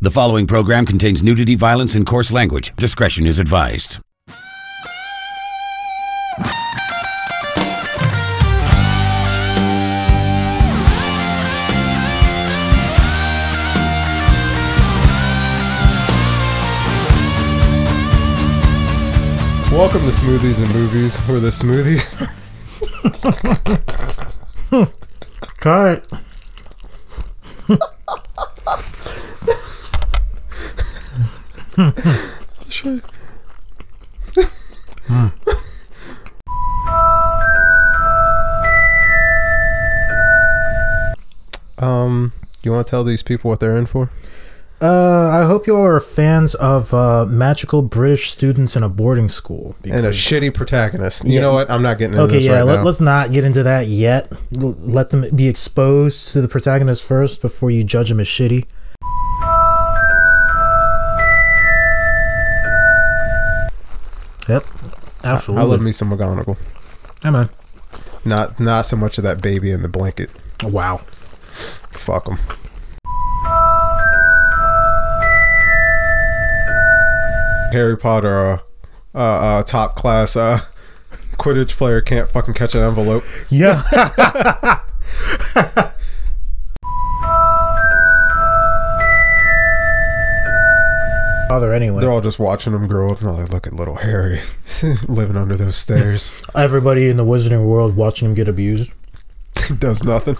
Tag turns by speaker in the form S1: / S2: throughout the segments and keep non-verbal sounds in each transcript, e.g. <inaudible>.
S1: The following program contains nudity, violence, and coarse language. Discretion is advised.
S2: Welcome to Smoothies and Movies, where the smoothies.
S3: Cut.
S2: Um, you want to tell these people what they're in for?
S3: Uh, I hope you all are fans of uh, magical British students in a boarding school.
S2: And a
S3: because-
S2: shitty protagonist. You
S3: Yeah.
S2: know what? I'm not getting into
S3: okay,
S2: this
S3: yeah.
S2: right
S3: let,
S2: now.
S3: us not get into that yet. L- let them be exposed to the protagonist first before you judge them as shitty. Yep, absolutely.
S2: I love me some McGonagall.
S3: Hey, man.
S2: Not not so much of that baby in the blanket.
S3: Wow.
S2: Fuck them. Harry Potter, uh, uh, uh, top class uh, <laughs> Quidditch player can't fucking catch an envelope.
S3: Yeah. <laughs> Father, anyway.
S2: They're all just watching him grow up and they're like, look at little Harry <laughs> living under those stairs. <laughs>
S3: everybody in the wizarding world watching him get abused.
S2: he does nothing.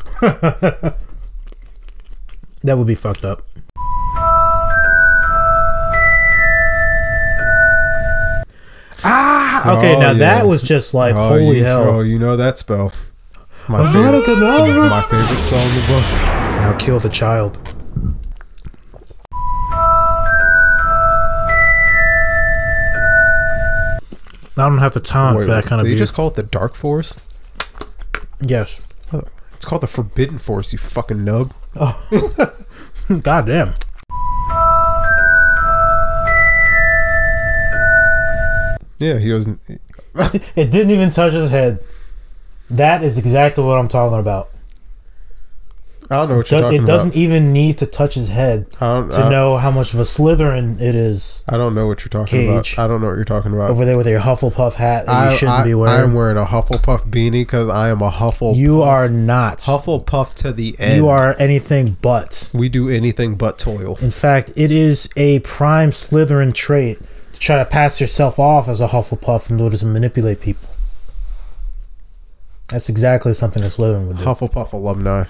S3: That would be fucked up. Ah, okay,
S2: Oh,
S3: now
S2: yeah.
S3: that was just like
S2: Oh,
S3: holy
S2: you, Oh,
S3: hell.
S2: you know that spell. My favorite,
S3: Avada
S2: my favorite spell in the book.
S3: Kedavra. Now kill the child. I don't have the time for that kind of
S2: did you
S3: abuse.
S2: just call it the Dark Forest?
S3: yes. <laughs>
S2: It's called the Forbidden Forest, you fucking nub.
S3: God damn.
S2: Yeah, he wasn't.
S3: It didn't even touch his head. That is exactly what I'm talking about.
S2: I don't know what you're
S3: Do-
S2: talking
S3: it doesn't
S2: about. Uh,
S3: even need to touch his head
S2: I don't,
S3: to
S2: I,
S3: know how much of a Slytherin it is
S2: I don't know what you're talking
S3: Cage.
S2: about. I don't know what you're talking about.
S3: over there with your Hufflepuff hat that
S2: I,
S3: you shouldn't
S2: I, I
S3: be
S2: am
S3: wearing.
S2: wearing a Hufflepuff beanie because I am a Huffle.
S3: you are not.
S2: Hufflepuff to the end.
S3: You are anything but.
S2: We do anything but toil.
S3: In fact, it is a prime Slytherin trait to try to pass yourself off as a Hufflepuff in order to manipulate people. That's exactly something a Slytherin would do.
S2: Hufflepuff
S3: <laughs>
S2: alumni.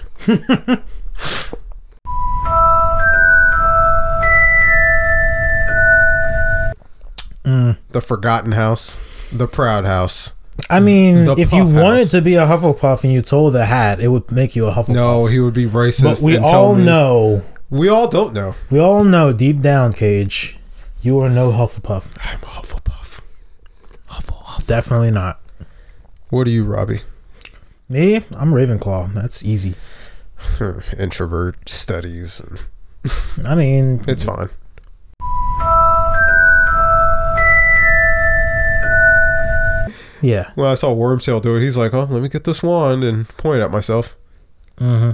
S3: Mm.
S2: The Forgotten House, the Proud House.
S3: I mean,
S2: The
S3: if you
S2: Puff
S3: wanted
S2: House.
S3: to be a Hufflepuff and you told the hat, it would make you a Hufflepuff.
S2: No, he would be
S3: but
S2: racist.
S3: we
S2: and tell
S3: all
S2: me-
S3: know,
S2: We all don't know.
S3: we all know deep down, Cage, you are no Hufflepuff.
S2: I'm a Hufflepuff. Hufflepuff.
S3: Definitely not.
S2: What are you, Robbie? <laughs>
S3: Me, I'm Ravenclaw. That's easy.
S2: Introvert studies. and-
S3: I mean,
S2: It's fine.
S3: yeah.
S2: Well, I saw Wormtail do it. He's like, "Oh, let me get this wand and point at myself."
S3: Mm-hmm.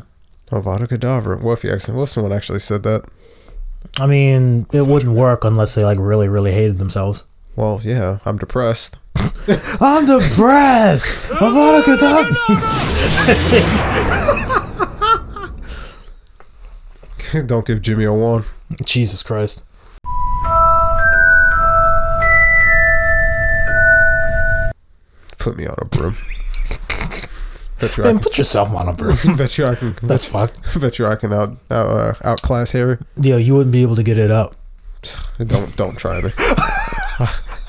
S2: Avada Kedavra. What if you actually? What if someone actually said that?
S3: I mean, it wouldn't work unless they like really, really hated themselves.
S2: Well, yeah, I'm depressed.
S3: I'm depressed. I'm out of control.
S2: <laughs> Don't give Jimmy a wand.
S3: Jesus Christ.
S2: Put me on a <laughs> broom. bet you I
S3: Man,
S2: can.
S3: put yourself on a broom.
S2: bet you I can. <laughs>
S3: That's fucked.
S2: Bet you I can out out uh, outclass Harry. <sighs>
S3: Yo, you wouldn't be able to get it up.
S2: Don't don't try <laughs> me.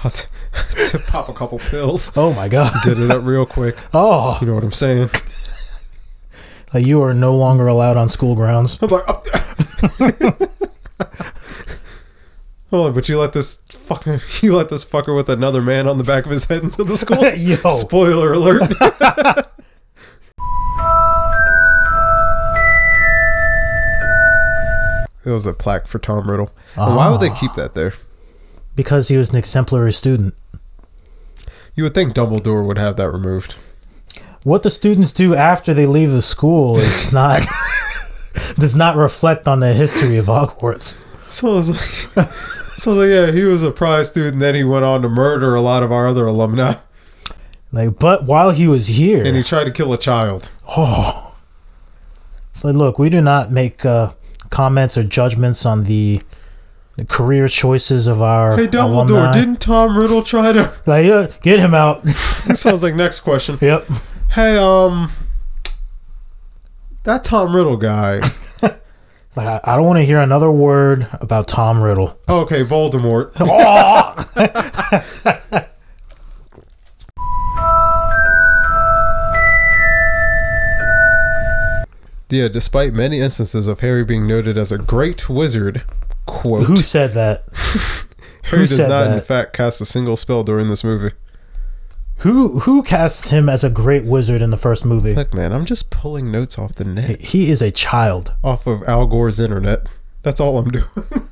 S2: I'll t- to pop a couple pills.
S3: Oh my god.
S2: Get it up real quick.
S3: Oh,
S2: You know what I'm saying?
S3: like you are no longer allowed on school grounds.
S2: I'm like, oh. Hold on, but you let this fucker, <laughs> you let this fucker with another man on the back of his head into the school.
S3: Yo.
S2: Spoiler alert. it was a plaque for Tom Riddle. And Why would they keep that there?
S3: Because he was an exemplary student.
S2: You would think Dumbledore would have that removed.
S3: What the students do after they
S2: <laughs>
S3: leave <laughs> the school is not does not reflect on the history of Hogwarts.
S2: So I was like, so I was like, yeah, he was a prize student. Then he went on to murder a lot of our other alumni,
S3: Like, but while he was here,
S2: and he tried to kill a child.
S3: oh, it's like, look, we do not make uh, comments or judgments on the, the career choices of our
S2: Hey, Dumbledore,
S3: alumni.
S2: didn't Tom Riddle try to? <laughs>
S3: like, yeah, get him out. <laughs>
S2: so I was like, next question.
S3: yep.
S2: Hey, um, that Tom Riddle
S3: <laughs>
S2: guy.
S3: Like, I, I don't want to hear another word about Tom Riddle.
S2: Oh, Okay,
S3: <laughs>
S2: Voldemort. <laughs> Yeah, despite many instances of Harry being noted as a great wizard, quote,
S3: Who said that?
S2: Harry does
S3: said
S2: not in
S3: that?
S2: fact cast a single spell during this movie.
S3: Who who casts him as a great wizard in the first movie?
S2: Look, man, I'm just pulling notes off the net,
S3: He is a child.
S2: off of Al Gore's internet. That's all I'm doing. <laughs>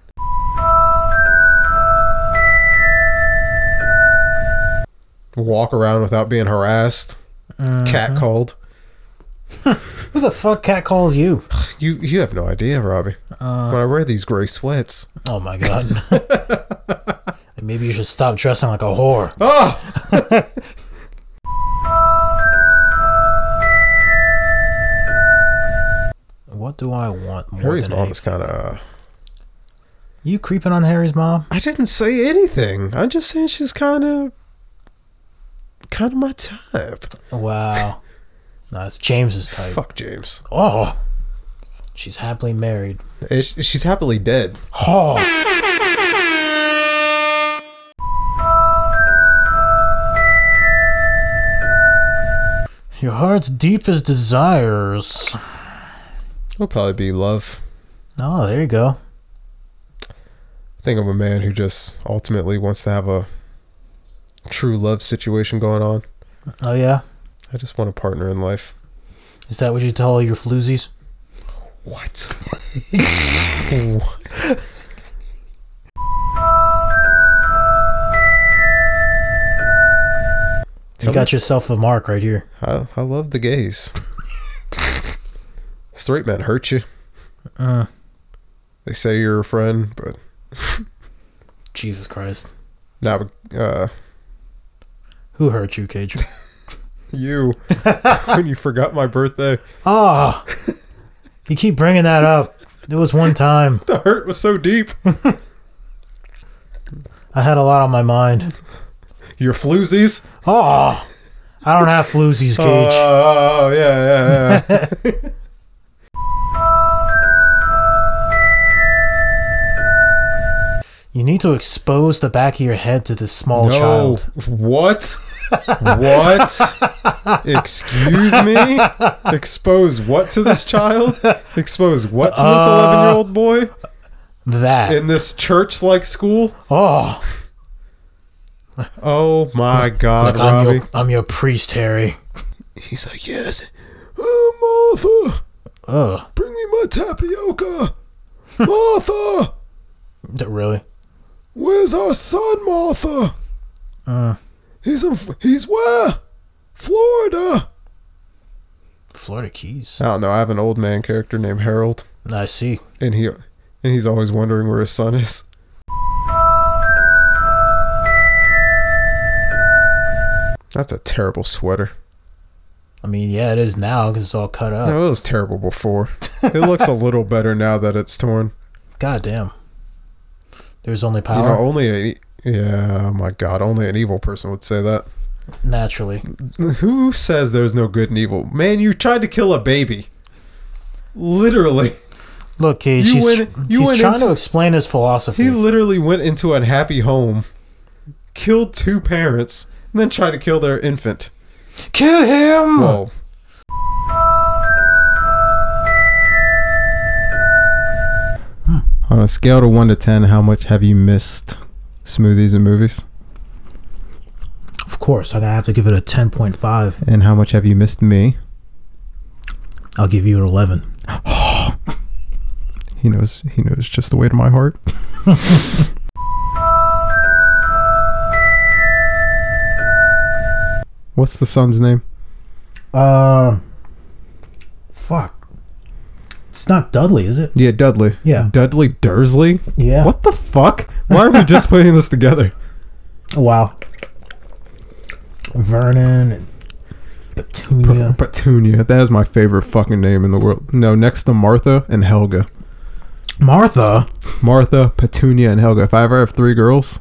S2: Walk around without being harassed, cat called.
S3: Who the fuck cat calls you?
S2: You you have no idea, Robbie. when I wear these gray sweats,
S3: Oh my god. <laughs> Maybe you should stop dressing like a whore.
S2: Oh!
S3: What do I want more
S2: Harry's
S3: than
S2: mom
S3: a-
S2: is kind of.
S3: You creeping on Harry's mom?
S2: I didn't say anything. I'm just saying she's kind of, kind of my type.
S3: Wow. No, it's James's type.
S2: <laughs> Fuck James.
S3: Oh. She's happily married.
S2: Eh, sh- She's happily dead.
S3: Oh. Your heart's deepest desires.
S2: It'll probably be love.
S3: Oh, there you go.
S2: I think I'm a man who just ultimately wants to have a true love situation going on.
S3: Oh yeah.
S2: I just want a partner in life.
S3: Is that what you tell all your floozies?
S2: What?
S3: You got yourself a mark right here.
S2: I, I love the gays. Straight men hurt you.
S3: Uh.
S2: They say you're a friend, but
S3: Jesus Christ.
S2: not uh,
S3: Who hurt you, Cage?
S2: you. when you forgot my birthday,
S3: <laughs> Ah. you keep bringing that up. It was one time.
S2: the hurt was so deep.
S3: I had a lot on my mind.
S2: Your floozies.
S3: Oh. I don't have floozies,
S2: Ah.
S3: <laughs> Cage.
S2: Oh, yeah, yeah, yeah.
S3: you need to expose the back of your head to this small
S2: no.
S3: Oh, child.
S2: What? what? Excuse me? Expose what to this child? Expose what to
S3: Uh,
S2: this 11 year old boy
S3: That.
S2: in this church like school?
S3: oh.
S2: Oh my God,
S3: Like, I'm,
S2: Robbie.
S3: your, I'm your priest, Harry.
S2: He's like, yes. Oh, Martha,
S3: Ugh.
S2: bring me my tapioca. Martha,
S3: D- Really?
S2: where's our son, Martha?
S3: Uh.
S2: He's in, he's where? Florida.
S3: Florida Keys.
S2: I don't know. I have an old man character named Harold,
S3: I see.
S2: and he and he's always wondering where his son is. That's a terrible sweater.
S3: I mean, yeah, it is now because it's all cut up.
S2: No, it was terrible before. It looks a little better now that it's torn.
S3: God damn. There's only
S2: You
S3: power
S2: know, only a e- yeah. Oh my God, only an evil person would say that.
S3: naturally.
S2: Who says there's no good and evil? Man, you tried to kill a baby. Literally,
S3: Look, Cage,
S2: You
S3: he's,
S2: went- you
S3: he's
S2: went
S3: trying
S2: into-
S3: to explain his philosophy.
S2: he literally went into a happy home, killed two parents, and then tried to kill their infant.
S3: Kill him!
S2: Whoa.
S3: Hmm.
S2: On a scale of one to ten, how much have you missed smoothies and movies?
S3: Of course, I'm gonna have to give it a 10.5.
S2: And how much have you missed me?
S3: I'll give you an 11.
S2: He knows. He knows just the way to my
S3: <laughs>
S2: heart. What's the son's name?
S3: Um. Fuck. It's not Dudley, is it?
S2: Yeah, Dudley.
S3: Yeah.
S2: Dudley Dursley?
S3: Yeah.
S2: What the fuck? Why are
S3: <laughs>
S2: we just putting this together?
S3: Wow. Vernon and
S2: P-
S3: Petunia.
S2: Petunia. That is my favorite fucking name in the world. No, next to Martha and Helga.
S3: Martha.
S2: Martha, Petunia, and Helga. If I ever have three girls,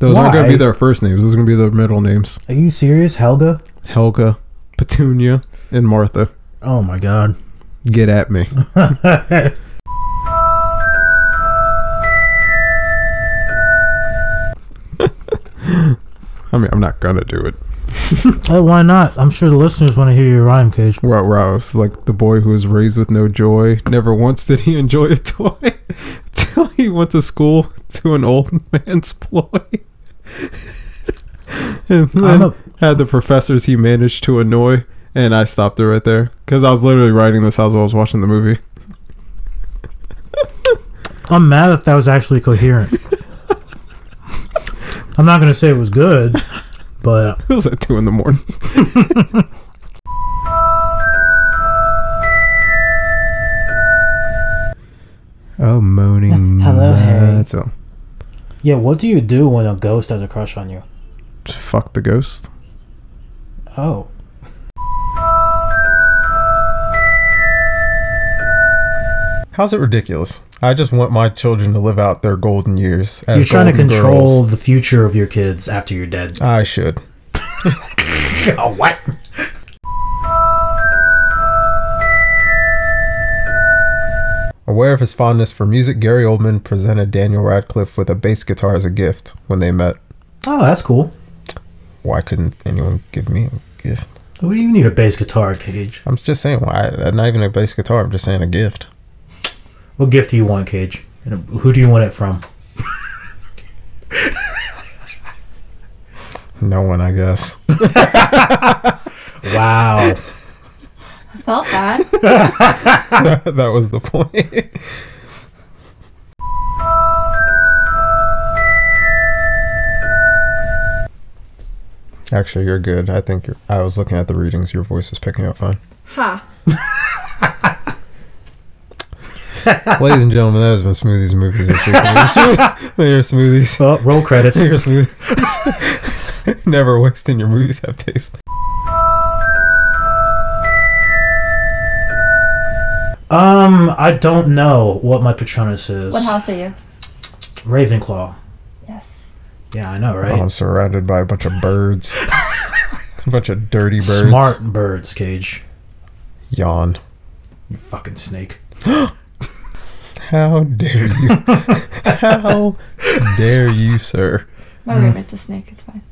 S2: those aren't going to
S3: Why?
S2: be their first names. Those are going to be their middle names.
S3: Are you serious? Helga?
S2: Helga, Petunia, and Martha.
S3: Oh my god.
S2: Get at
S3: <laughs>
S2: me. <laughs> I mean, I'm not going to do it.
S3: Hey, why not? I'm sure the listeners want to hear your rhyme, Cage.
S2: Wow, wow. It's like the boy who was raised with no joy. Never once did he <laughs> enjoy a toy till he went to school to an old <laughs> man's ploy. <laughs> and
S3: I'm
S2: then
S3: a-
S2: had the professors he managed to annoy. And I stopped it right there because I was literally writing this as I was watching the movie. <laughs>
S3: I'm mad that that was actually <laughs> coherent. I'm not gonna say it was good, but
S2: It was at two in the morning. <laughs> oh, moaning.
S3: Hello, Harry.
S2: matzo.
S3: yeah. What do you do when a ghost has a crush on you?
S2: Fuck the ghost.
S3: Oh,
S2: How's it ridiculous? I just want my children to live out their golden years. As
S3: you're trying to
S2: golden
S3: control
S2: girls.
S3: the future of your kids after you're dead.
S2: I should.
S3: Oh what?
S2: Aware of his fondness for music, Gary Oldman presented Daniel Radcliffe with a bass guitar as a gift when they met.
S3: Oh, that's cool.
S2: Why couldn't anyone give me a gift?
S3: What do you need a bass guitar, Cage?
S2: I'm just saying, why? Not even a bass guitar. I'm just saying a gift.
S3: What gift do you want, Cage? And who do you want it from?
S2: No one, I guess.
S3: <laughs> Wow.
S4: I felt that.
S2: <laughs> that was the point. Actually, you're good. I think you're, I was looking at the readings. Your voice is picking up fine.
S4: ha.
S2: <laughs> Ladies and gentlemen, that has been Smoothies and Movies this <laughs> week. Mayor Smoothies. <laughs>
S3: oh, roll <laughs> credits.
S2: Mayor Smoothies. <laughs> Never wasting your movies have taste.
S3: Um, I don't know what my Patronus is.
S4: What house are you?
S3: Ravenclaw.
S4: Yes.
S3: Yeah, I know,
S2: Oh,
S3: right?
S2: I'm surrounded by a bunch of <laughs> birds. a bunch of dirty birds.
S3: Smart birds, Cage.
S2: Yawn.
S3: You fucking snake.
S2: How dare you? <laughs> How dare you, sir?
S4: My roommate's a snake. It's fine.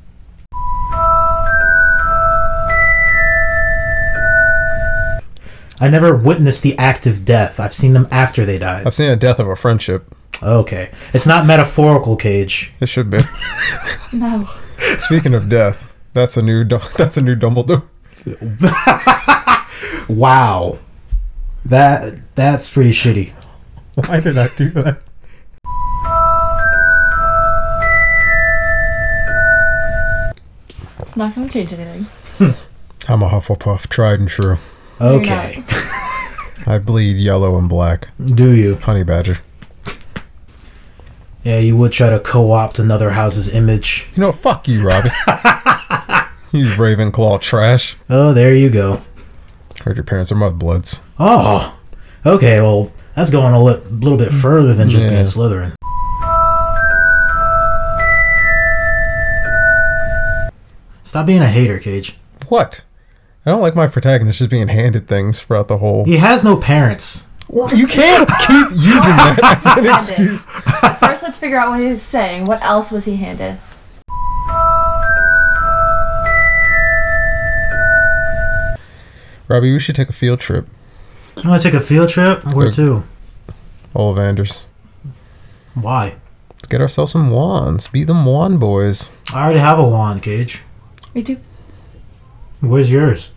S3: I never witnessed the act of death. I've seen them after they <laughs> died.
S2: I've seen a death of a friendship.
S3: Okay. It's not metaphorical, Cage.
S2: It should be.
S4: No.
S2: Speaking of death, that's a new Dum- that's a new Dumbledore.
S3: Wow. That that's pretty shitty.
S2: Why did I do that?
S4: It's not going to change anything.
S2: I'm a Hufflepuff, tried and true.
S4: You're
S3: Okay.
S4: not.
S2: I bleed yellow and black.
S3: Do you?
S2: Honey badger.
S3: Yeah, you would try to co-opt another house's image.
S2: You know, what? fuck you, <laughs> Robbie. you Ravenclaw trash.
S3: Oh, there you go.
S2: Heard your parents are mudbloods.
S3: Oh. Okay, well, that's going a li- little bit further than just
S2: Yeah.
S3: being Slytherin. Stop being a hater, Cage.
S2: What? I don't like my protagonist just being handed things throughout the whole.
S3: He has no parents.
S2: Well, you can't keep using that as an
S4: Hand
S2: excuse.
S4: it. First, let's figure out what he was saying. What else was he handed?
S2: Robbie, we should take a field trip.
S3: You want to take a field trip? Where
S2: Okay.
S3: to?
S2: Ollivanders.
S3: Why?
S2: Let's get ourselves some wands. Beat them wand boys.
S3: I already have a wand, Cage.
S4: Me too.
S3: Where's yours?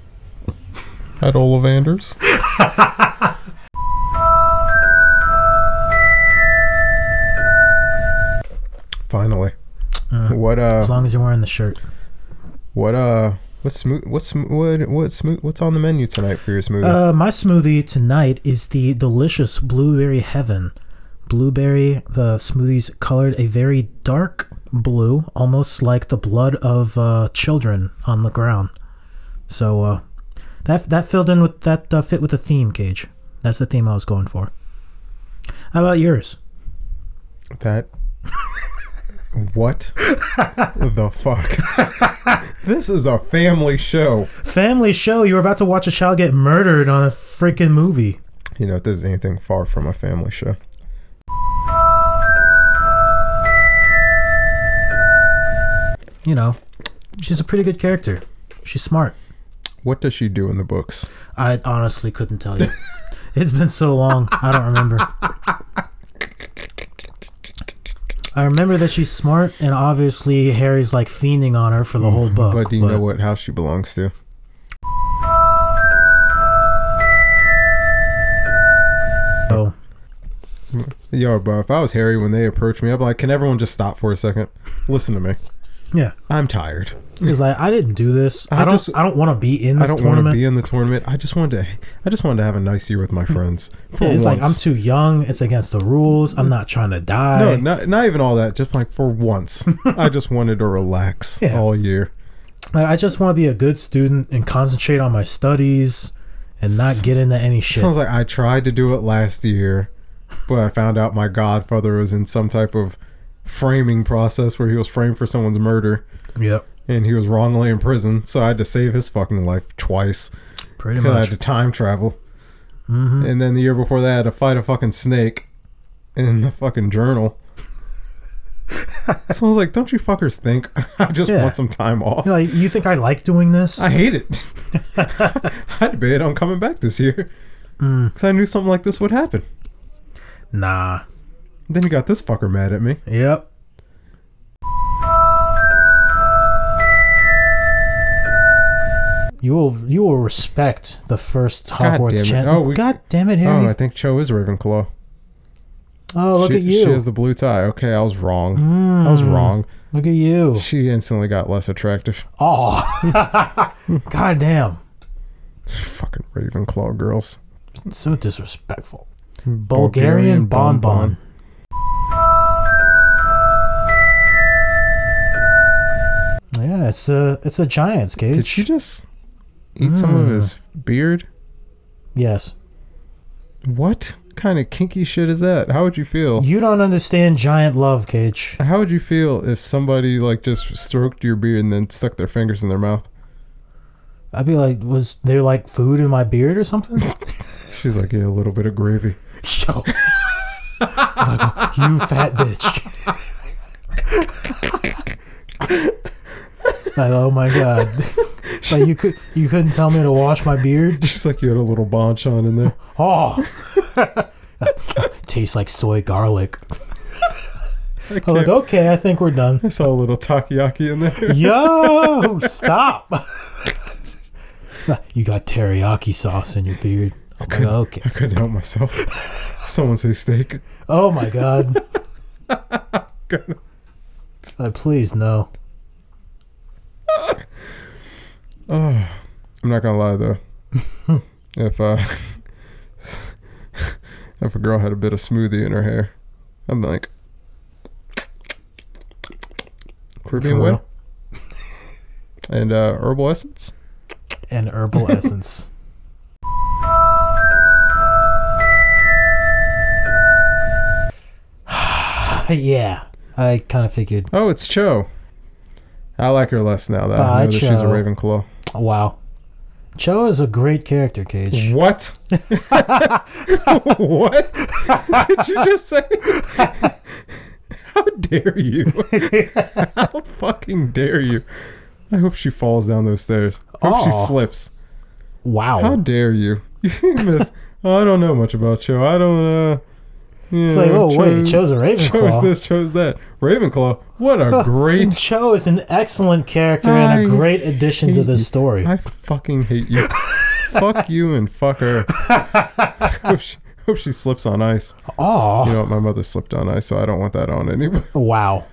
S2: At <laughs> Ollivanders. Finally. What
S3: As
S2: uh Oh.
S3: long as you're wearing the shirt.
S2: uh, what uh What's smooth? What's smoo- what? What's smooth? What's on the menu tonight for your smoothie?
S3: Uh, my smoothie tonight is the delicious blueberry heaven. Blueberry, the smoothie's colored a very dark blue, almost like the blood of uh, children on the ground. So uh, that that filled in with that uh, fit with the theme, Cage. That's the theme I was going for. How about yours?
S2: that. what the fuck? this is a family show.
S3: Family show. You were about to watch a child get murdered on a freaking movie.
S2: You know, if there's anything far from a family show.
S3: You know, she's a pretty good character. She's smart.
S2: What does she do in the books?
S3: I honestly couldn't
S2: <laughs>
S3: tell you. it's been so long, I don't remember. I remember that she's smart, and obviously Harry's like fiending on her for the whole book.
S2: Mm, But do you know what house she belongs to?
S3: So,
S2: Yo, bro, if I was Harry when they approached me, I'd be like, can everyone just stop for a second? Listen to me.
S3: yeah,
S2: I'm tired.
S3: he's like, I didn't do this. I,
S2: I
S3: don't.
S2: just-
S3: I don't want to be in
S2: I
S3: this
S2: don't want to
S3: tournament.
S2: be in the tournament. I just wanted to. I just wanted to have a nice year with
S3: <laughs>
S2: my friends for once.
S3: Yeah,
S2: Mm.
S3: it's like I'm too young. It's against the rules. I'm not trying to die.
S2: no, not, not even all that. Just like for
S3: <laughs>
S2: once, I just wanted to relax
S3: Yeah.
S2: all year.
S3: I I just want to be a good student and concentrate on my studies and not get into any shit.
S2: Sounds like I tried to do it last year, but I found out my godfather was in some type of framing process where he was framed for someone's murder
S3: yep,
S2: and he was wrongly in prison. So I had to save his fucking life twice.
S3: pretty
S2: Because I had
S3: much. Mm-hmm.
S2: to time travel. And then the year before that, I had to fight a fucking snake in the fucking
S3: <laughs>
S2: journal. so I was like, don't you fuckers think <laughs> I just
S3: Yeah.
S2: want some time off?
S3: You, know, you think I like doing this?
S2: I hate it.
S3: <laughs>
S2: <laughs> I debated on coming back this year.
S3: Mm.
S2: Because I knew something like this would happen.
S3: nah.
S2: Then you got this fucker mad at me.
S3: Yep. You will you will respect the first
S2: God damn
S3: Hogwarts
S2: it.
S3: chant.
S2: Oh, we-
S3: God damn it,
S2: Oh,
S3: Harry!
S2: I think Cho is Ravenclaw.
S3: Oh, look
S2: she,
S3: at
S2: She
S3: you! Mm.
S2: has the blue tie. Okay, I was wrong. I was wrong.
S3: look at you!
S2: She instantly got less attractive.
S3: Oh,
S2: <laughs>
S3: god damn!
S2: Fucking Ravenclaw girls.
S3: So disrespectful.
S2: Hmm.
S3: Bulgarian, bonbon. Yeah, it's a it's a giant's cage.
S2: Did she just eat some of his beard?
S3: yes.
S2: What kind of kinky shit is that? How would you feel?
S3: You don't understand giant love, Cage.
S2: How would you feel if somebody like just stroked your beard and then stuck their fingers in their mouth?
S3: I'd be like, was there like food in my beard
S2: <laughs>
S3: or something? <laughs>
S2: She's like, yeah, a little bit of gravy. <laughs>
S3: Yo. It's like, you fat bitch. <laughs> like, oh my god. like you could you couldn't tell me to wash my beard?
S2: She's like, you had a little bonchon in there.
S3: Oh <laughs> tastes like soy garlic.
S2: I,
S3: I'm like,
S2: can't,
S3: okay, I think we're done.
S2: I saw a little takoyaki in there. <laughs>
S3: Yo, stop. <laughs> you got teriyaki sauce in your beard. I'm like, okay.
S2: I couldn't help <laughs> myself. Someone say steak.
S3: Oh my god.
S2: <laughs>
S3: Uh, please no.
S2: I'm not gonna lie
S3: <laughs>
S2: though. if uh, if a girl had a bit of smoothie in her hair, I'm like Caribbean
S3: For
S2: wet
S3: real?
S2: and uh, herbal essence.
S3: And
S2: <laughs>
S3: herbal essence. <sighs> yeah. I kind of figured.
S2: Oh, it's Cho. I like her less now that I
S3: Bye,
S2: know that she's a
S3: Cho.
S2: Ravenclaw.
S3: Wow. Cho is a great character, Cage. <laughs>
S2: What? what did you just say? How dare
S3: <laughs>
S2: you? How fucking dare you? I hope she falls down those stairs. I hope she
S3: Aw.
S2: slips.
S3: Wow.
S2: How dare you? <laughs> You miss. Oh, I don't know much about Cho. I don't. Uh, you
S3: it's like,
S2: know,
S3: oh, wait, he
S2: chose-
S3: chose a
S2: <laughs> Chose
S3: Ravenclaw. <laughs>
S2: this, chose that. Ravenclaw. What a great
S3: Cho is an excellent character and a
S2: I
S3: great addition to
S2: hate you.
S3: this story.
S2: I fucking hate
S3: <laughs>
S2: you. fuck you and fuck her. hope, she, hope she slips on ice.
S3: Aw.
S2: You know what? My mother slipped on ice, so I don't want that on anybody.
S3: Wow.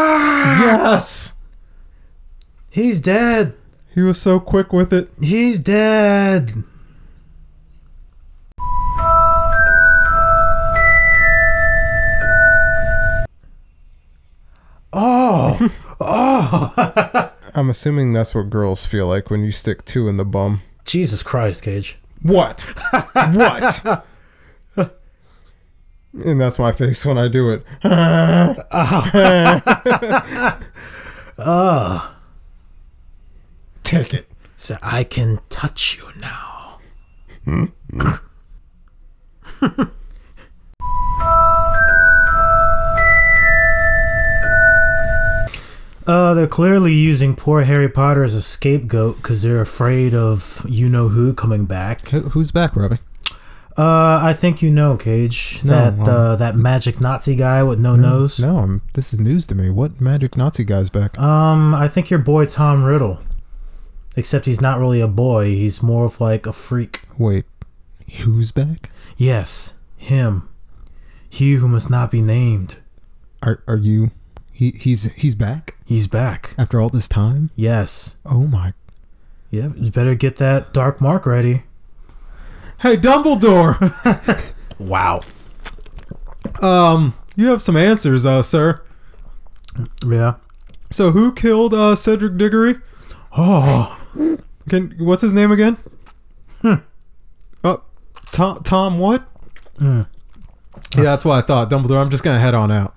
S3: Yes. He's dead.
S2: He was so quick with it.
S3: He's dead. Oh,
S2: I'm assuming that's what girls feel like when you stick two in the bum.
S3: Jesus Christ, Cage.
S2: What? <laughs> what? And that's my face when I do
S3: <laughs>
S2: it. <laughs>
S3: Ah. Ah.
S2: Take it.
S3: So I can touch you now. <laughs> uh, they're clearly using poor Harry Potter as a scapegoat because they're afraid of you know who coming back.
S2: Who, who's back, Robbie?
S3: Uh, I think you know, Cage,
S2: No,
S3: that
S2: Oh, well-
S3: uh, that magic Nazi guy with no nose.
S2: No, I'm, this is news to me. What magic Nazi guy's back?
S3: Um, I think your boy Tom Riddle. Except he's not really a boy. He's more of like a freak.
S2: Wait, who's back?
S3: Yes, him. He who must not be named.
S2: Are are you? He he's he's back
S3: He's back.
S2: after all this time.
S3: Yes.
S2: Oh my!
S3: Yep. You better get that dark mark ready.
S2: Hey, Dumbledore. <laughs>
S3: Wow.
S2: um, you have some answers, uh, sir.
S3: Yeah.
S2: So who killed uh Cedric Diggory?
S3: Oh.
S2: Can what's his name again? Hmm. Oh, Tom Tom what? Yeah, that's what I thought. Dumbledore. I'm just gonna head on out.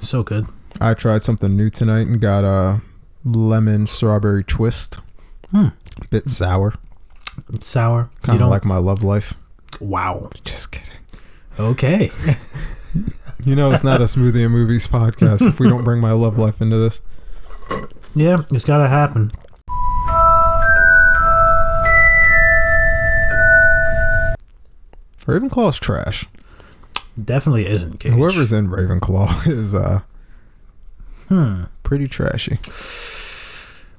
S3: So good.
S2: I tried something new tonight and got a lemon strawberry twist. Bit sour.
S3: It's sour. you
S2: Kind of
S3: Hmm. don't
S2: like my love life.
S3: Wow.
S2: Just kidding.
S3: Okay.
S2: You know, it's not a smoothie and movies podcast if we don't bring my love life into this.
S3: yeah, it's gotta happen.
S2: Ravenclaw's trash.
S3: Definitely isn't Cage.
S2: Whoever's in Ravenclaw <laughs> is uh, pretty trashy.
S3: Hmm.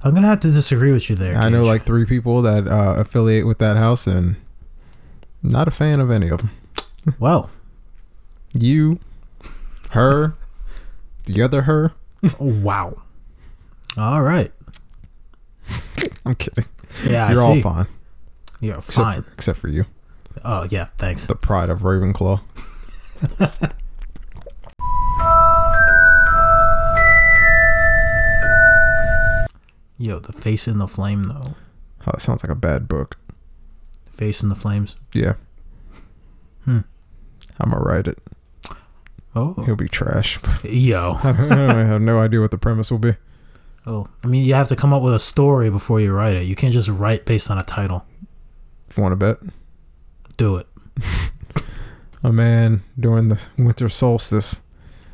S3: I'm gonna have to disagree with you there.
S2: I know
S3: Cage.
S2: like three people that uh, affiliate with that house, and not a fan of any of them.
S3: Wow.
S2: You, her, the other her.
S3: wow. All right.
S2: I'm kidding.
S3: Yeah,
S2: You're
S3: I
S2: all
S3: see.
S2: fine,
S3: You're
S2: except
S3: fine.
S2: for except for you,
S3: Oh yeah, thanks.
S2: the pride of Ravenclaw.
S3: Yo, the face in the flame though.
S2: Oh, that sounds like a bad book.
S3: Face in the flames.
S2: Yeah.
S3: Hmm.
S2: I'm gonna write it.
S3: Oh,
S2: It'll be trash. <laughs>
S3: yo.
S2: I have no idea what the premise will be.
S3: Oh, I mean, you have to come up with a story before you write it. You can't just write based on a title.
S2: If you want to bet,
S3: Do it.
S2: a man during the winter solstice.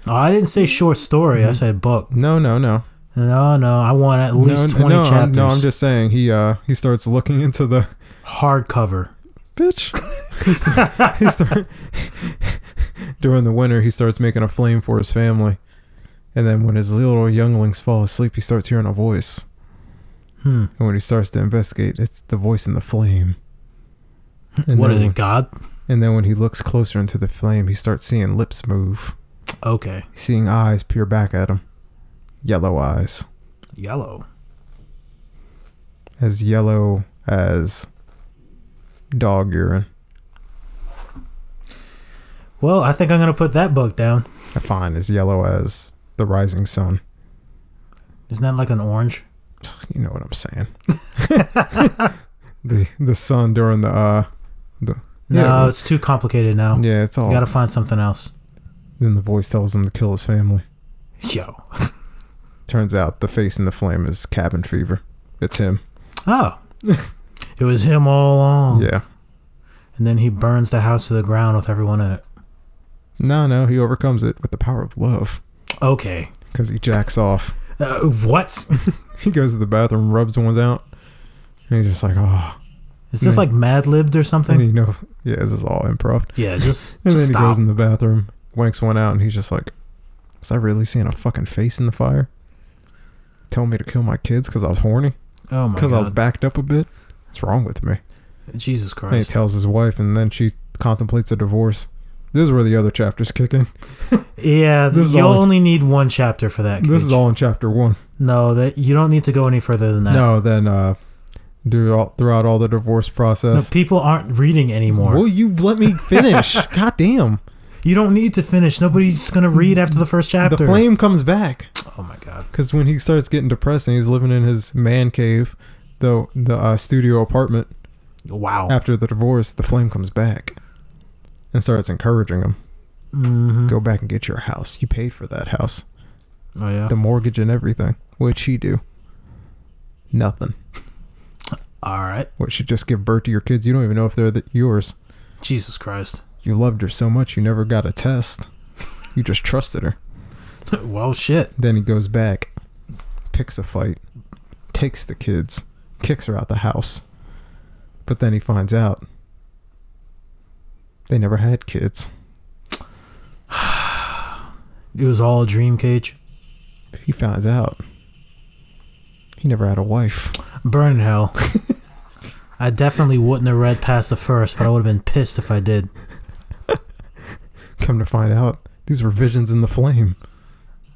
S3: Oh, I didn't say short story. I said book.
S2: No, no, no.
S3: No, no. I want at least
S2: Mm-hmm. no,
S3: twenty
S2: no, I'm,
S3: chapters.
S2: no, I'm just saying he uh he starts looking into the <laughs>
S3: hardcover.
S2: bitch. he start, <laughs> he start, during the winter, he starts making a flame for his family, and then when his little younglings fall asleep, he starts hearing a voice.
S3: Hmm.
S2: And when he starts to investigate, it's the voice in the flame. And
S3: What
S2: then
S3: is
S2: when-
S3: it? God.
S2: And then when he looks closer into the flame, he starts seeing lips move,
S3: Okay.
S2: seeing eyes peer back at him. Yellow eyes.
S3: Yellow.
S2: As yellow as dog urine.
S3: Well, I think I'm gonna put that book down.
S2: I find as yellow as the rising sun.
S3: Isn't that like an orange?
S2: You know what I'm saying. <laughs> the the sun during the uh the
S3: No,
S2: yeah,
S3: it's too complicated now. You
S2: yeah, it's all
S3: gotta find something else.
S2: then the voice tells him to kill his family.
S3: Yo.
S2: Turns out the face in the flame is cabin fever. It's him.
S3: <laughs> Oh. it was him all along.
S2: Yeah.
S3: And then he burns the house to the ground with everyone in it.
S2: No, no, he overcomes it with the power of love
S3: Okay.
S2: because he jacks off. <laughs>
S3: Uh, what?
S2: He goes to the bathroom, rubs ones out, and he's just like, oh.
S3: Is this
S2: Yeah.
S3: like Mad Libbed or
S2: And
S3: something?
S2: you know, yeah, this is all improv. <laughs>
S3: yeah, just,
S2: And
S3: just
S2: then he
S3: stop.
S2: goes in the bathroom, wanks one out, and he's just like, "Was I really seeing a fucking face in the fire? Telling me to kill my kids because I was horny,
S3: oh my
S2: because I was
S3: god.
S2: backed up a bit. What's wrong with me?
S3: Jesus
S2: And he
S3: Christ.
S2: tells his wife, and then she contemplates a divorce. This is where the other chapters kick in.
S3: yeah,
S2: This is
S3: you'll
S2: all-
S3: only need one chapter for that.
S2: This is
S3: Cage.
S2: all in chapter one.
S3: No, that you don't need to go any further than that.
S2: No, then uh, do all, throughout all the divorce
S3: No,
S2: process.
S3: people aren't reading anymore.
S2: Will you let me
S3: <laughs>
S2: finish? God damn!
S3: You don't need to finish. Nobody's gonna read after the first chapter.
S2: The flame comes back.
S3: Oh my god.
S2: Because when he starts getting depressed and he's living in his man cave, the the uh, studio apartment
S3: Wow.
S2: after the divorce, the flame comes back and starts encouraging him.
S3: Mhm.
S2: Go back and get your house. You paid for that house,
S3: Oh yeah.
S2: the mortgage and everything. What'd she do? Nothing.
S3: All right.
S2: What she just give birth to your kids? You don't even know if they're the, yours.
S3: Jesus Christ.
S2: You loved her so much you never got a test. You just trusted her.
S3: <laughs> well, shit.
S2: Then he goes back, picks a fight, takes the kids, kicks her out the house. But then he finds out they never had kids.
S3: It was all a dream, Cage.
S2: He finds out he never had a wife.
S3: Burn
S2: <laughs>
S3: in hell. I definitely wouldn't have read past the first, but I would have been pissed if I did.
S2: Come to find out, these were visions in the flame.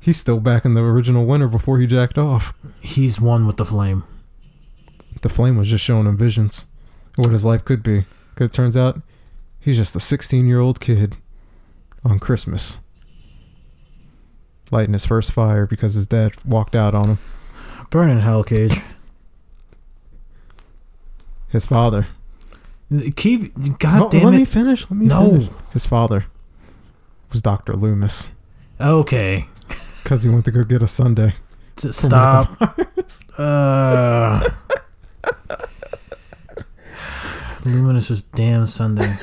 S2: He's still back in the original winter before he jacked off.
S3: He's one with the flame.
S2: The flame was just showing him visions of what his life could be. 'Cause it turns out he's just a 16 year old kid on Christmas lighting his first fire because his dad walked out on him.
S3: Burn in hell, Cage.
S2: His father.
S3: Keep.
S2: No,
S3: God damn
S2: let
S3: it.
S2: me finish. Let me
S3: No.
S2: finish. His father was Dr. Loomis
S3: Okay.
S2: because he went to go get a Sunday.
S3: Just stop.
S2: <laughs>
S3: Uh, Luminous's
S2: <laughs>
S3: damn Sunday.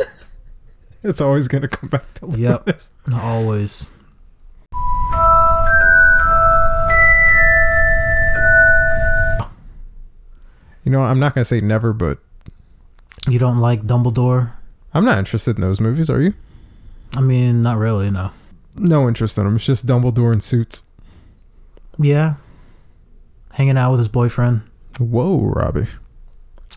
S2: It's always going to come back to
S3: Yep.
S2: Loomis.
S3: Always.
S2: <laughs> You know, I'm not going to say never, but
S3: You don't like Dumbledore?
S2: I'm not interested in those movies, are you?
S3: I mean, not really, no.
S2: No interest in them. It's just Dumbledore in suits.
S3: Yeah. Hanging out with his boyfriend.
S2: Whoa, Robbie.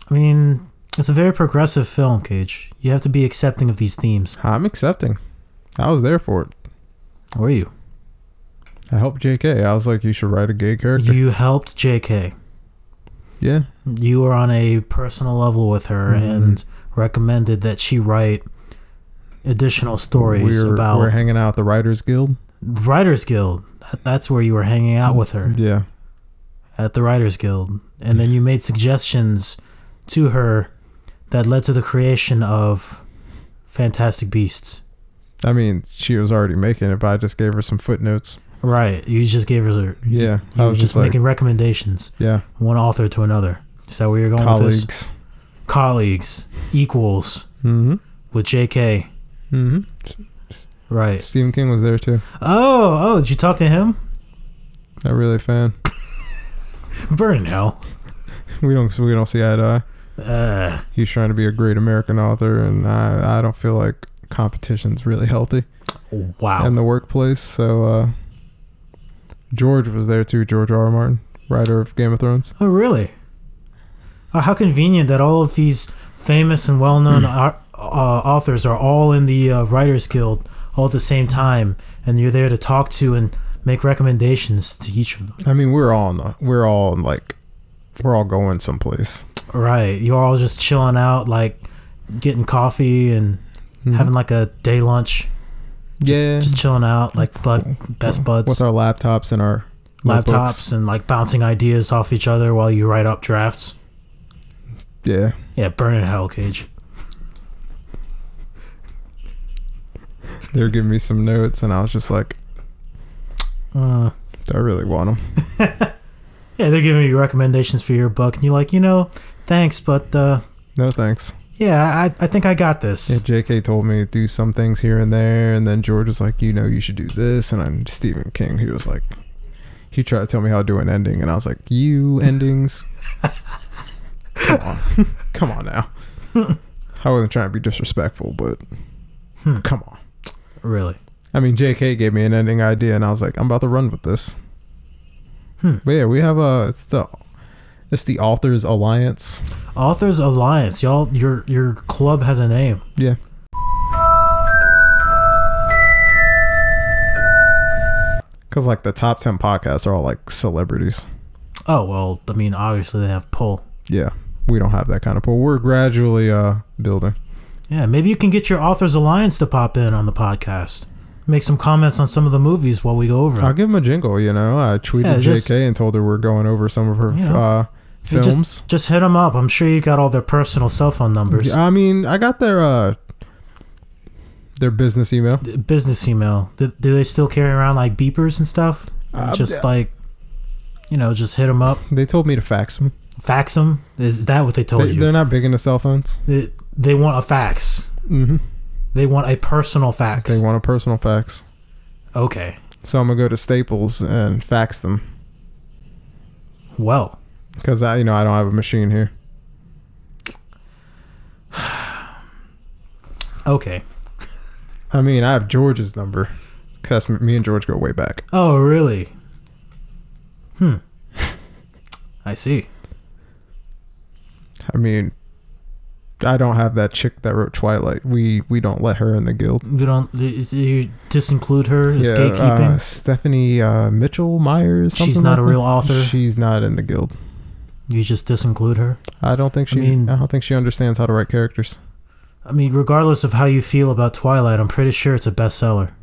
S3: I mean, it's a very progressive film, Cage. You have to be accepting of these themes.
S2: I'm accepting. I was there for it.
S3: Were you?
S2: I helped JK. I was like, you should write a gay character.
S3: You helped JK.
S2: yeah.
S3: You were on a personal level with her
S2: Mhm.
S3: and recommended that she write additional stories
S2: we're,
S3: about
S2: we're hanging out at the Writers Guild.
S3: Writers Guild. That- That's where you were hanging out with her
S2: Yeah. Mm-hmm.
S3: at the Writers Guild. And then you made suggestions to her that led to the creation of Fantastic Beasts.
S2: I mean, she was already making it, but I just gave her some footnotes.
S3: Right. You just gave her.
S2: Yeah.
S3: You
S2: I
S3: were
S2: was
S3: just,
S2: just, like,
S3: making recommendations,
S2: yeah,
S3: one author to another. Is that where you're going with this?
S2: colleagues.
S3: Colleagues, equals,
S2: Mm
S3: with J.K.
S2: hmm. Mm hmm.
S3: Right.
S2: Stephen King was there too.
S3: Oh, oh, did you talk to him?
S2: Not really a fan. <laughs>
S3: Burn in hell.
S2: We don't we don't see eye to eye.
S3: Uh,
S2: He's trying to be a great American author, and I I don't feel like competition's really healthy.
S3: wow.
S2: in the workplace. So uh, George was there too. George R. R. Martin, writer of Game of Thrones.
S3: Oh, really? Uh, how convenient that all of these famous and well-known au- uh, authors are all in the uh, Writers Guild all at the same time, and you're there to talk to and make recommendations to each of them.
S2: I mean, we're all in the, we're all in like we're all going someplace.
S3: Right. You're all just chilling out, like getting coffee and
S2: Hmm.
S3: having like a day lunch. Just,
S2: Mm-hmm. yeah,
S3: Just chilling out, like bud, best buds,
S2: with our laptops and our
S3: laptops, and like bouncing ideas off each other while you write up drafts.
S2: notebooks. Yeah,
S3: Yeah, burn in hell, Cage.
S2: they were giving me some notes, and I was just like,
S3: Uh,
S2: do I really want them?
S3: Yeah, they're giving you recommendations for your book, and you're like, you know, thanks, but uh,
S2: No thanks.
S3: yeah, I, I think I got
S2: Yeah,
S3: this.
S2: J.K. told me to do some things here and there, and then George was like, you know, you should do this, and then Stephen King, he was like, he tried to tell me how to do an ending, and I was like, you endings, come on, <laughs> come on
S3: <laughs>
S2: now. I wasn't trying to be disrespectful, but
S3: Hmm.
S2: come on.
S3: Really?
S2: I mean, J.K. gave me an ending idea, and I was like, I'm about to run with this.
S3: Hmm.
S2: But yeah, we have a uh, it's the It's the Authors Alliance.
S3: Authors Alliance, y'all. Your your club has a name.
S2: Yeah. Because, like, the top 10 podcasts are all, like, celebrities.
S3: Oh well, I mean, obviously they have pull.
S2: Yeah. We don't have that kind of pool. We're gradually uh building.
S3: Yeah, maybe you can get your Authors Alliance to pop in on the podcast. Make some comments on some of the movies while we go over.
S2: I'll
S3: them.
S2: give him a jingle, you know. I tweeted
S3: Yeah,
S2: JK
S3: just-
S2: and told her we're going over some of her
S3: You know.
S2: uh,
S3: Hey,
S2: films.
S3: Just, just hit them up. I'm sure you got all their personal cell phone numbers.
S2: I mean, I got their uh their business email.
S3: Business email. Do, do they still carry around like beepers and stuff? Or
S2: Uh,
S3: just
S2: yeah.
S3: like, you know, just hit them up.
S2: They told me to fax them.
S3: Fax them. Is that what they told
S2: They,
S3: you?
S2: they're not big into cell phones.
S3: They, they want a fax.
S2: Mm-hmm.
S3: They want a personal fax.
S2: They want a personal fax,
S3: okay.
S2: so I'm gonna go to Staples and fax them
S3: Well,
S2: because I, you know, I don't have a machine here.
S3: okay.
S2: I mean, I have George's number. 'Cause that's me and George go way back.
S3: Oh, really? Hmm. <laughs> I see.
S2: I mean, I don't have that chick that wrote Twilight. We we don't let her in the guild.
S3: You don't you- you disinclude her as
S2: uh,
S3: gatekeeping.
S2: Stephanie uh, Mitchell Myers.
S3: She's
S2: something
S3: not
S2: like
S3: a real
S2: that.
S3: author?
S2: She's not in the guild.
S3: you just disinclude her.
S2: I don't think she. I,
S3: mean-
S2: don't think she understands how to write characters.
S3: I mean, regardless of how you feel about Twilight, I'm pretty sure it's a bestseller.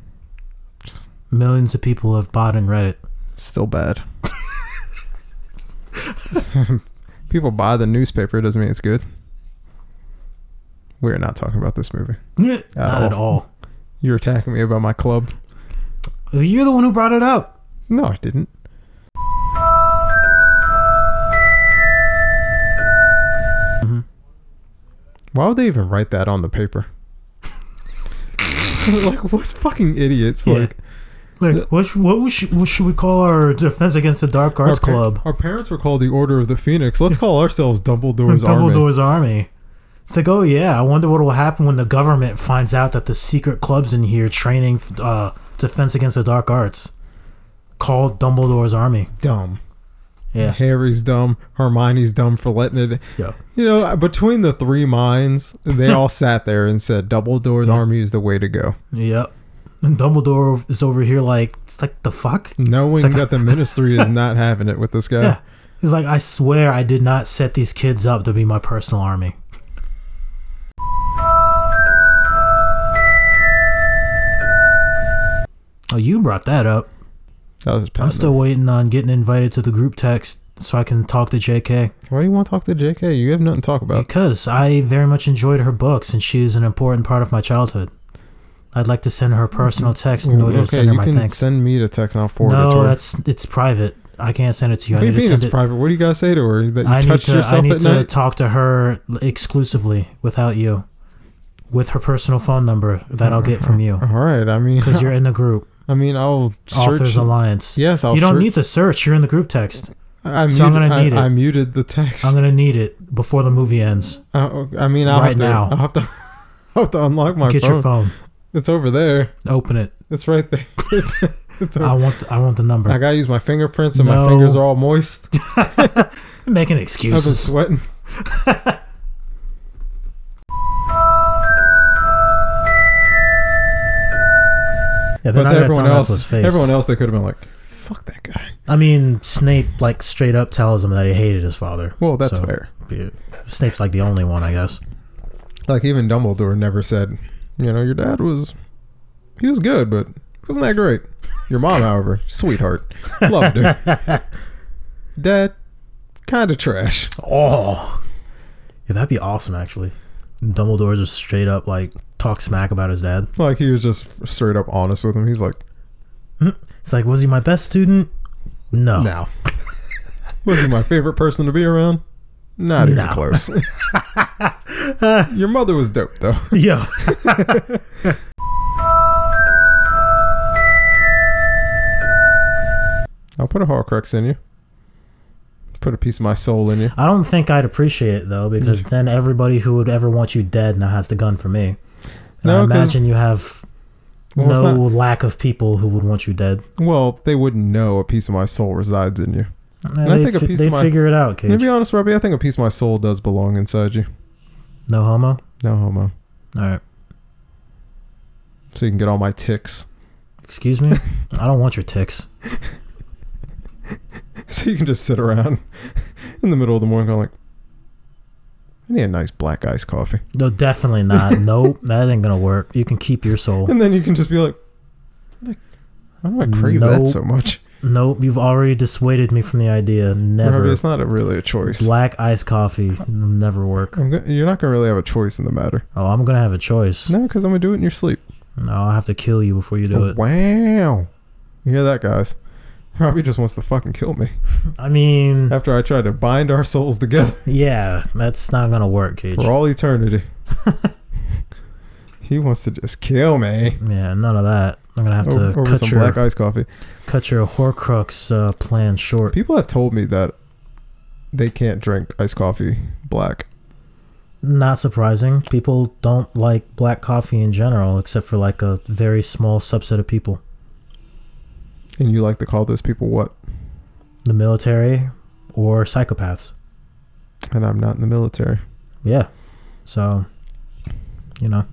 S3: Millions of people have bought and read it.
S2: Still
S3: <laughs>
S2: bad. People buy the newspaper. Doesn't mean it's good. We're not talking about this movie.
S3: Not at all.
S2: You're attacking me about my club.
S3: You're the one who brought it up.
S2: No, I didn't.
S3: Mm-hmm.
S2: Why would they even write that on the paper? <laughs> like what fucking idiots?
S3: Yeah.
S2: Like
S3: Like, what, sh- what, was sh- what should we call our Defense Against the Dark Arts
S2: par-
S3: Club?
S2: Our parents were called the Order of the Phoenix. Let's call ourselves
S3: <laughs>
S2: Dumbledore's Army.
S3: Dumbledore's Army. It's like, oh yeah, I wonder what will happen when the government finds out that the secret club's in here training uh, Defense Against the Dark Arts. Called Dumbledore's Army.
S2: Dumb.
S3: Yeah.
S2: Harry's dumb. Hermione's dumb for letting it.
S3: Yeah.
S2: You know, between the three minds, they
S3: <laughs>
S2: all sat there and said, "Dumbledore's Army is the way to go."
S3: Yep. And Dumbledore is over here like, it's like, the fuck?
S2: Knowing
S3: like-
S2: that
S3: <laughs>
S2: the Ministry is not having it with this guy.
S3: Yeah. He's like, I swear I did not set these kids up to be my personal army. Oh, you brought that up.
S2: That was
S3: I'm still waiting on getting invited to the group text so I can talk to JK
S2: Why do you want to talk to JK? You have nothing to talk about.
S3: because I very much enjoyed her books and she is an important part of my childhood. I'd like to send her a personal text in order to
S2: okay,
S3: send her
S2: you
S3: my
S2: can
S3: thanks.
S2: send me the text and I'll forward it to
S3: No,
S2: her.
S3: that's it's private. I can't send it to you.
S2: what do
S3: I
S2: you
S3: need to
S2: mean
S3: send
S2: it's
S3: it.
S2: private? What do you guys say to her? That you
S3: I need
S2: touched
S3: to, I
S2: yourself
S3: need
S2: at
S3: to
S2: night?
S3: talk to her exclusively without you, with her personal phone number that I'll get from you
S2: <laughs> All right. I mean,
S3: because you're in the group
S2: <laughs> I mean, I'll search.
S3: Authors Alliance.
S2: Yes, I'll
S3: you don't
S2: search-
S3: need to search. You're in the group text.
S2: I,
S3: so I'm
S2: muted-
S3: gonna
S2: I-
S3: need it.
S2: I muted the text.
S3: I'm gonna need it before the movie ends.
S2: Uh, I mean, <laughs> I'll
S3: Right
S2: have to,
S3: now.
S2: I'll have to, <laughs> I'll have to unlock my
S3: get
S2: phone.
S3: your phone.
S2: It's over there.
S3: Open it.
S2: It's right there. It's, it's over.
S3: I want. The, I want the number.
S2: I gotta use my fingerprints, and
S3: No.
S2: my fingers are all moist. <laughs>
S3: I'm making
S2: I've been
S3: excuses.
S2: sweating.
S3: yeah, they're
S2: But
S3: not
S2: to
S3: gonna
S2: everyone
S3: tell him that's his
S2: else,
S3: face.
S2: everyone else, they could have been like, "Fuck that guy."
S3: I mean, Snape like straight up tells him that he hated his father.
S2: Well, that's
S3: So,
S2: fair.
S3: yeah, Snape's like the only one, I guess.
S2: Like even Dumbledore never said, "You know, your dad was, he was good, but wasn't that great." Your mom, however, sweetheart, loved
S3: <laughs>
S2: her. Dad, kind of trash.
S3: Oh, yeah, that'd be awesome. Actually, Dumbledore just straight up like talk smack about his dad.
S2: Like he was just straight up honest with him. He's like,
S3: It's like, was he my best student? No.
S2: No. Was he my favorite person to be around? Not even
S3: No. <laughs>
S2: close. Your mother was dope, though.
S3: <laughs> Yeah.
S2: I'll put a Horcrux in you. Put a piece of my soul in you.
S3: I don't think I'd appreciate it though,
S2: Mm.
S3: because then everybody who would ever want you dead now has the gun for me. And I
S2: No, 'cause-
S3: imagine you have
S2: Well, it's
S3: no
S2: not-
S3: lack of people who would want you dead.
S2: well, they wouldn't know a piece of my soul resides in you.
S3: Eh,
S2: I
S3: they
S2: think a
S3: fi-
S2: piece
S3: they
S2: of my-
S3: figure it out,
S2: To
S3: Cage.
S2: be honest, Robbie, I think a piece of my soul does belong inside you.
S3: No homo.
S2: No homo.
S3: All right.
S2: So you can get all my ticks. <laughs>
S3: Excuse me. I don't want your ticks.
S2: So you can just sit around <laughs> in the middle of the morning going like, I need a nice black iced coffee.
S3: No,
S2: <laughs>
S3: definitely not. nope, that ain't gonna work. You can keep your soul.
S2: And then you can just be like, why do I crave
S3: No.
S2: that so much? <laughs>
S3: Nope, you've already dissuaded me from the idea.
S2: Robbie,
S3: Never.
S2: it's not a, really a choice.
S3: Black iced coffee. Never work.
S2: I'm go- you're not going to really have a choice in the matter.
S3: Oh, I'm gonna have a choice.
S2: No, because I'm going to do it in your sleep.
S3: No, I'll have to kill you before you do it.
S2: Wow. You hear that, guys? Robbie just wants to fucking kill me.
S3: I mean,
S2: After I tried to bind our souls together
S3: yeah, that's not gonna work, Cage.
S2: for all
S3: <laughs>
S2: eternity. he wants to just kill me.
S3: Yeah, none of that. I'm gonna have
S2: Over,
S3: to
S2: over
S3: cut
S2: some
S3: your
S2: black iced coffee.
S3: cut your Horcrux uh, plan short.
S2: People have told me that they can't drink iced coffee black.
S3: Not surprising. People don't like black coffee in general, except for like a very small subset of people.
S2: And you like to call those people what?
S3: The military or psychopaths.
S2: And I'm not in the military.
S3: Yeah. So, you know,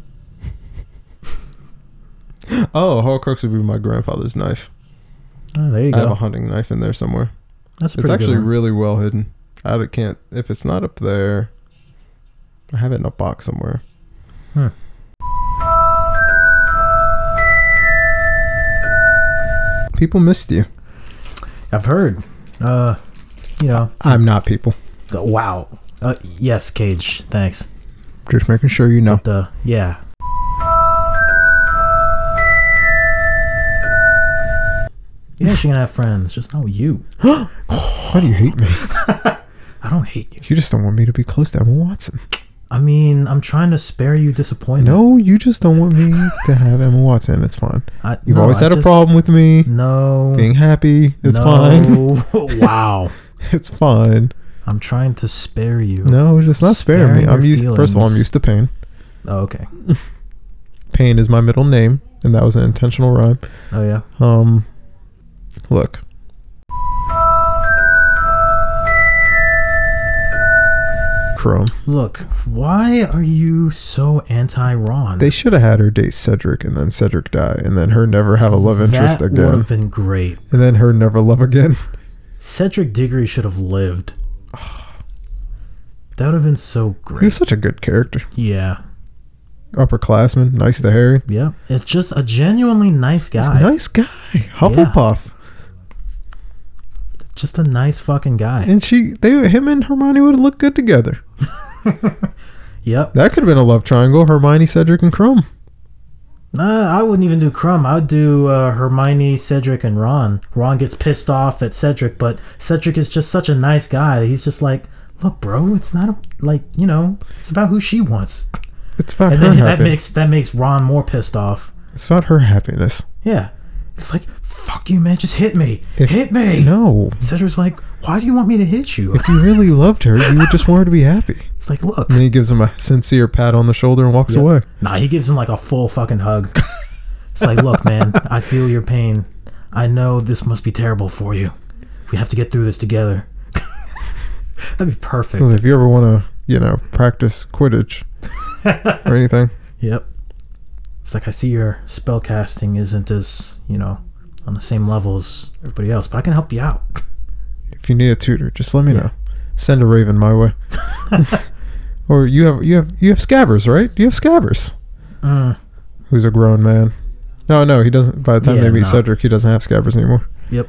S2: Oh, Horcrux would be my grandfather's knife.
S3: Oh, there you
S2: I have a
S3: go.
S2: hunting knife in there somewhere.
S3: That's a
S2: It's
S3: pretty
S2: actually
S3: good one.
S2: really well hidden. I d- can't. If it's not up there, I have it in a box somewhere.
S3: Hmm.
S2: People missed you.
S3: I've heard. Uh, you know,
S2: I'm not people.
S3: the- wow. Uh, yes, Cage. Thanks.
S2: Just making sure you know.
S3: The yeah. Yeah, she can have friends, just not with you.
S2: Why do you hate me?
S3: I don't hate you.
S2: <laughs> You just don't want me to be close to Emma Watson.
S3: I mean, I'm trying to spare you disappointment.
S2: No, you just don't want me to have Emma Watson. It's fine.
S3: I,
S2: You've
S3: no,
S2: always
S3: I
S2: had a
S3: just-
S2: problem with me
S3: No,
S2: being happy. It's fine. <laughs>
S3: no. <laughs> wow.
S2: It's fine.
S3: I'm trying to spare you.
S2: No, just not sparing me.
S3: Sparing
S2: I'm
S3: your
S2: used. First of all, I'm
S3: feelings.
S2: used to pain.
S3: Oh, okay.
S2: Pain is my middle name, and that was an intentional rhyme.
S3: Oh yeah.
S2: Um, look, Chrome.
S3: Look, why are you so anti-Ron?
S2: They should have had her date Cedric, and then Cedric die, and then her never have a love interest
S3: that would
S2: again,
S3: have been great.
S2: and then her never love again.
S3: Cedric Diggory should have lived. That would have been so
S2: He was
S3: great.
S2: such a good character.
S3: Yeah.
S2: Upperclassman, nice to Harry.
S3: Yeah. It's just a genuinely nice guy.
S2: nice guy. Hufflepuff.
S3: Just a nice fucking guy.
S2: And she, they, him and Hermione would look good together.
S3: Yep.
S2: That could have been a love triangle: Hermione, Cedric, and Chrome.
S3: Nah, I wouldn't even do Crumb. I would do uh, Hermione, Cedric, and Ron. Ron gets pissed off at Cedric, but Cedric is just such a nice guy. that He's just like, look, bro, it's not a, like you know, it's about who she wants.
S2: It's about
S3: And
S2: her
S3: then that
S2: happiness.
S3: makes that makes Ron more pissed off.
S2: it's about her happiness.
S3: Yeah. It's like, fuck you, man. Just hit me.
S2: If-
S3: hit me.
S2: No,
S3: Cedric's like, why do you want me to hit you?
S2: if you really loved her, you would just want her to be happy.
S3: It's like, look.
S2: And then he gives him a sincere pat on the shoulder and walks
S3: Yeah.
S2: away.
S3: Nah, he gives him like a full fucking hug. It's like, look, man, I feel your pain. I know this must be terrible for you. We have to get through this together. <laughs> That'd be
S2: So
S3: perfect.
S2: if you ever want to, you know, practice Quidditch <laughs> or anything,
S3: Yep. It's like I see your spell casting isn't as, you know, on the same level as everybody else, but I can help you out.
S2: if you need a tutor, just let me know. Send a raven my <laughs> way. or you have you have you have Scabbers, right? You have Scabbers,
S3: Mm,
S2: who's a grown man. No, no, he doesn't. By the time
S3: Yeah,
S2: they meet
S3: no.
S2: Cedric, he doesn't have Scabbers anymore.
S3: yep.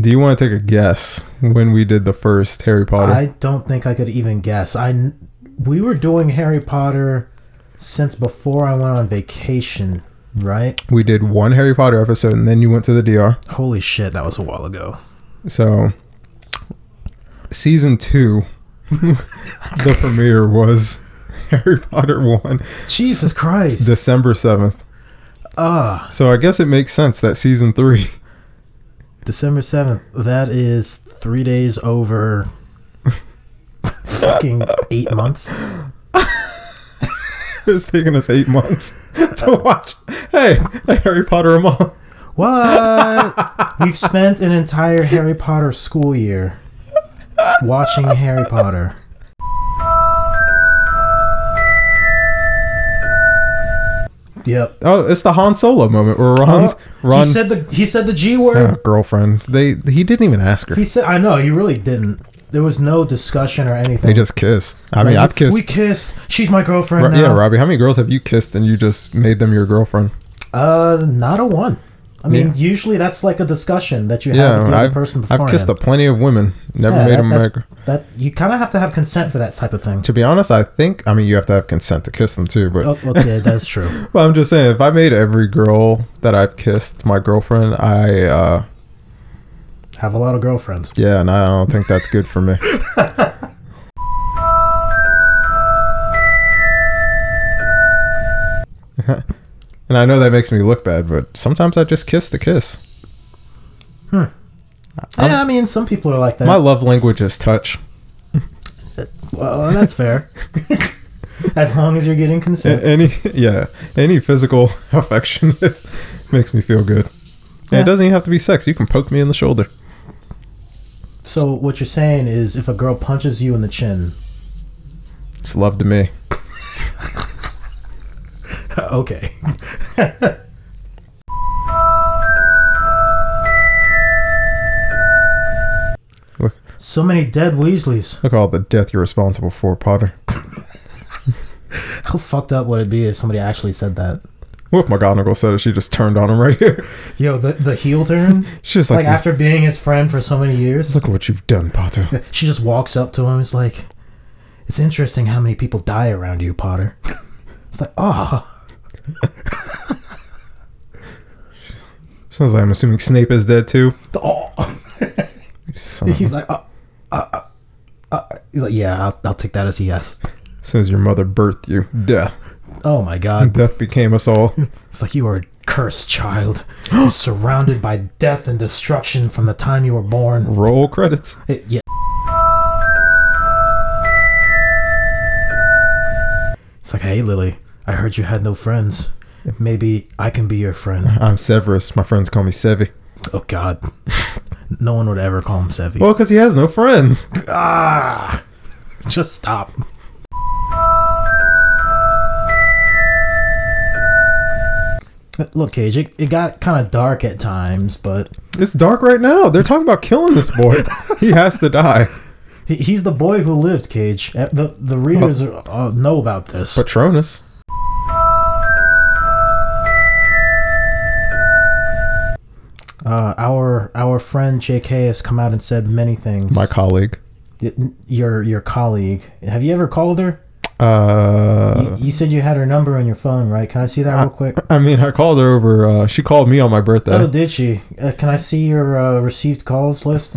S2: Do you want to take a guess when we did the first Harry Potter?
S3: I don't think I could even guess. I kn- we were doing Harry Potter since before I went on vacation, right?
S2: we did one Harry Potter episode, and then you went to the DR.
S3: Holy shit, that was a while ago.
S2: So, season
S3: <laughs>
S2: two, the premiere was <laughs> Harry Potter 1,
S3: <laughs> Jesus Christ.
S2: December 7th.
S3: Ah,
S2: So, I guess it makes sense that season three, <laughs>
S3: December 7th. That is 3 days <laughs> over fucking 8 months.
S2: it's taken us eight months <laughs> to watch hey, I Harry Potter them all.
S3: What? We've spent an entire Harry Potter school year watching Harry Potter. Yep.
S2: Oh, it's the Han Solo moment where Ron's Ron
S3: He Uh, said the he said the G word.
S2: Yeah, girlfriend. They he didn't even ask her.
S3: He said I know, he really didn't. There was no discussion or anything.
S2: They just kissed. I mean, I've kissed.
S3: We kissed. She's my girlfriend
S2: Ro-
S3: now.
S2: yeah, Robbie. How many girls have you kissed and you just made them your girlfriend?
S3: Uh, not a one. I mean,
S2: Yeah.
S3: usually that's like a discussion that you have
S2: Yeah,
S3: with the other
S2: I've,
S3: person
S2: I've
S3: beforehand.
S2: kissed a plenty of women. Never
S3: Yeah,
S2: made
S3: that,
S2: them my.
S3: that's-
S2: gir-
S3: that you kind of have to have consent for that type of thing.
S2: To be honest, I think I mean you have to have consent to kiss them too. But
S3: Oh, okay, that's true.
S2: Well, I'm just saying, if I made every girl that I've kissed my girlfriend, I uh
S3: Have a lot of girlfriends.
S2: yeah, and I don't think that's good
S3: <laughs>
S2: for me. <laughs> and I know that makes me look bad, but sometimes I just kiss the kiss.
S3: yeah, I mean, some people are like that.
S2: My love language is touch.
S3: well, that's fair. <laughs> as long as you're getting
S2: A-
S3: consent.
S2: Any yeah, any physical <laughs> affection is, makes me feel good. And
S3: Yeah.
S2: it doesn't even have to be sex. You can poke me in the shoulder.
S3: So what you're saying is, if a girl punches you in the chin, <laughs>
S2: It's love to me.
S3: okay.
S2: Look.
S3: So many dead Weasleys.
S2: Look at all the death you're responsible for, Potter.
S3: How fucked up would it be if somebody actually said that?
S2: What if McGonagall said it? She just turned on him right here. <laughs>
S3: Yo, the, the heel turn?
S2: She's just
S3: like,
S2: like,
S3: after being his friend for so many years,
S2: look at what you've done,
S3: <laughs>
S2: Potter.
S3: she just walks up to him. It's like, it's interesting how many people die around you, Potter. <laughs> It's like, oh,
S2: She was like, I'm assuming Snape is dead too.
S3: <laughs> oh.
S2: Son of a-
S3: He's like, uh, uh, uh, uh. He's like, yeah, I'll, I'll take that as a yes.
S2: <laughs> as soon as your mother birthed you, death.
S3: Oh my god.
S2: Death became us
S3: <laughs>
S2: all.
S3: It's like you are a cursed child. You're surrounded by death and destruction from the time you were born.
S2: Roll credits.
S3: It- yeah. It's like, hey, Lily, I heard you had no friends. Maybe I can be your friend.
S2: I'm Severus. My friends call me Sevi.
S3: Oh, God. <laughs> No one would ever call him Sevi.
S2: Well, because he has no friends.
S3: Ah! Just stop. Look, Cage, it, it got kind of dark at times, but
S2: It's dark right now. They're talking about killing this
S3: <laughs>
S2: boy. he has to die.
S3: he, he's the boy who lived, Cage. Uh, The, the readers are, uh, know about this.
S2: Patronus.
S3: Uh, our our friend J.K. has come out and said many things.
S2: My colleague.
S3: Y- your your colleague. Have you ever called her?
S2: Uh,
S3: you, you said you had her number on your phone, right? Can I see that real quick?
S2: I mean, I called her over. Uh, she called me on my
S3: Oh,
S2: birthday.
S3: did she? Uh, can I see your uh, received calls
S2: <laughs>
S3: list?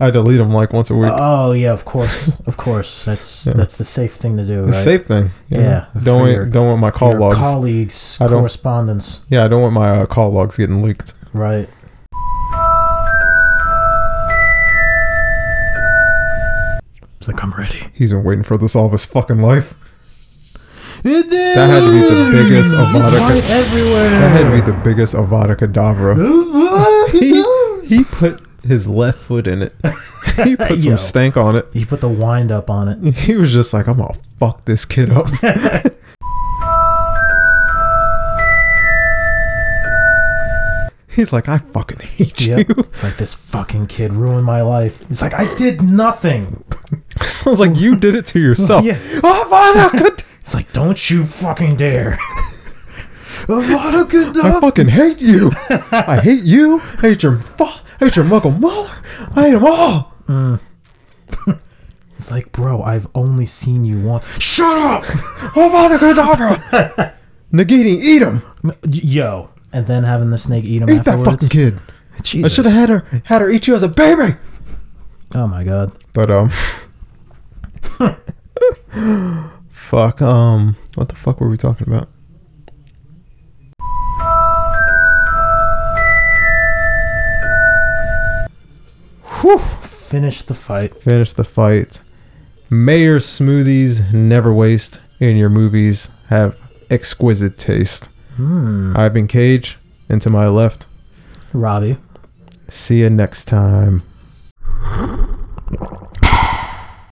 S2: I delete them like once a week.
S3: oh yeah, of course,
S2: <laughs>
S3: of course. That's that's the safe thing to do.
S2: the
S3: Right?
S2: safe thing. you
S3: Yeah,
S2: know?
S3: for
S2: Don't
S3: your-
S2: want, don't want my call
S3: your
S2: logs.
S3: colleagues'
S2: I don't-
S3: correspondence,
S2: Yeah, I don't want my uh, call logs getting leaked.
S3: right? It's like I'm ready.
S2: He's been waiting for this all his fucking life. That had to be the biggest Avada. That had to
S3: everywhere.
S2: be the biggest Avada
S3: <laughs>
S2: Kedavra. He, he put his left foot in
S3: <laughs>
S2: it. He put
S3: Yo.
S2: some stank on it.
S3: <laughs> He put the wind up
S2: <laughs>
S3: on it.
S2: He was just like, I'm gonna fuck this kid up. <laughs> He's like, I fucking hate
S3: Yep.
S2: you. <laughs>
S3: It's like this fucking kid ruined my life. He's like, I did nothing.
S2: Sounds like you did it to yourself.
S3: Yeah.
S2: Avada Kedavra.
S3: It's like, don't you fucking dare.
S2: Avada Kedavra. <laughs> I fucking hate you. <laughs> I hate you. I hate your fa- I hate your Muggle Muller. I hate them all.
S3: It's like, bro, I've only seen you once.
S2: Shut up! Avada Kedavra! <laughs> Nagini, eat him!
S3: Yo. And then having the snake eat him
S2: Eat that
S3: afterwards.
S2: fucking kid! I
S3: Jesus.
S2: should have had her had her eat you as a baby!
S3: oh my god.
S2: But um <laughs> Fuck, um what the fuck were we talking about? Whew.
S3: Finish the fight.
S2: Finish the fight. Mayor smoothies never waste, and your movies have exquisite taste.
S3: I've been Cage, and to my left,
S2: Robbie.
S3: see you next time.